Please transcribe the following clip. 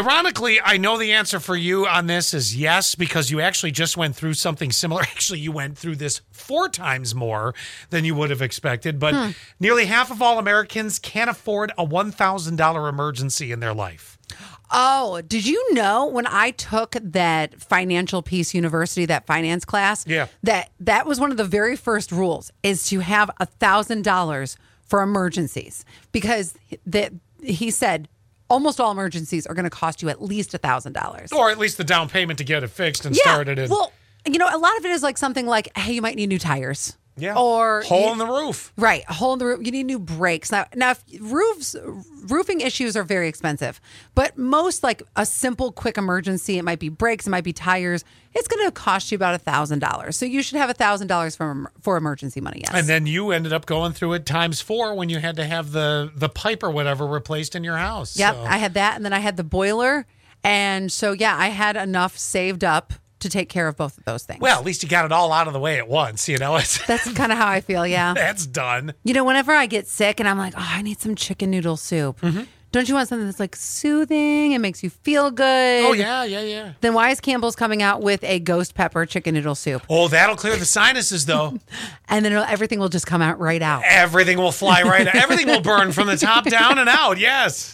Ironically, I know the answer for you on this is yes, because you actually just went through something similar. Actually, you went through this four times more than you would have expected. But Hmm. nearly half of all Americans can't afford a $1,000 emergency in their life. Oh, did you know when I took that financial peace university, that finance class? Yeah. That that was one of the very first rules is to have a thousand dollars for emergencies because that he said almost all emergencies are going to cost you at least a thousand dollars. Or at least the down payment to get it fixed and started. And, Well, you know, a lot of it is like something like, hey, you might need new tires. yeah. Or hole in the roof. Right, a hole in the roof. You need new brakes now. Now, if roofs, roofing issues are very expensive, but most like a simple, quick emergency, it might be brakes, it might be tires. It's going to cost you about a thousand dollars. So you should have a thousand dollars for for emergency money. Yes, And then you ended up going through it times four when you had to have the the pipe or whatever replaced in your house. yep, So- I had that, and then I had the boiler, and so yeah, I had enough saved up to take care of both of those things. Well, at least you got it all out of the way at once. You know, it's that's kind of how I feel. Yeah. that's done. You know, whenever I get sick and I'm like, oh, I need some chicken noodle soup. Mm-hmm. Don't you want something that's like soothing and makes you feel good? Oh yeah, yeah, yeah. Then why is Campbell's coming out with a ghost pepper chicken noodle soup? Oh, that'll clear the sinuses though. And then it'll, everything will just come out right out. Everything will fly right. Everything will burn from the top down and out. Yes.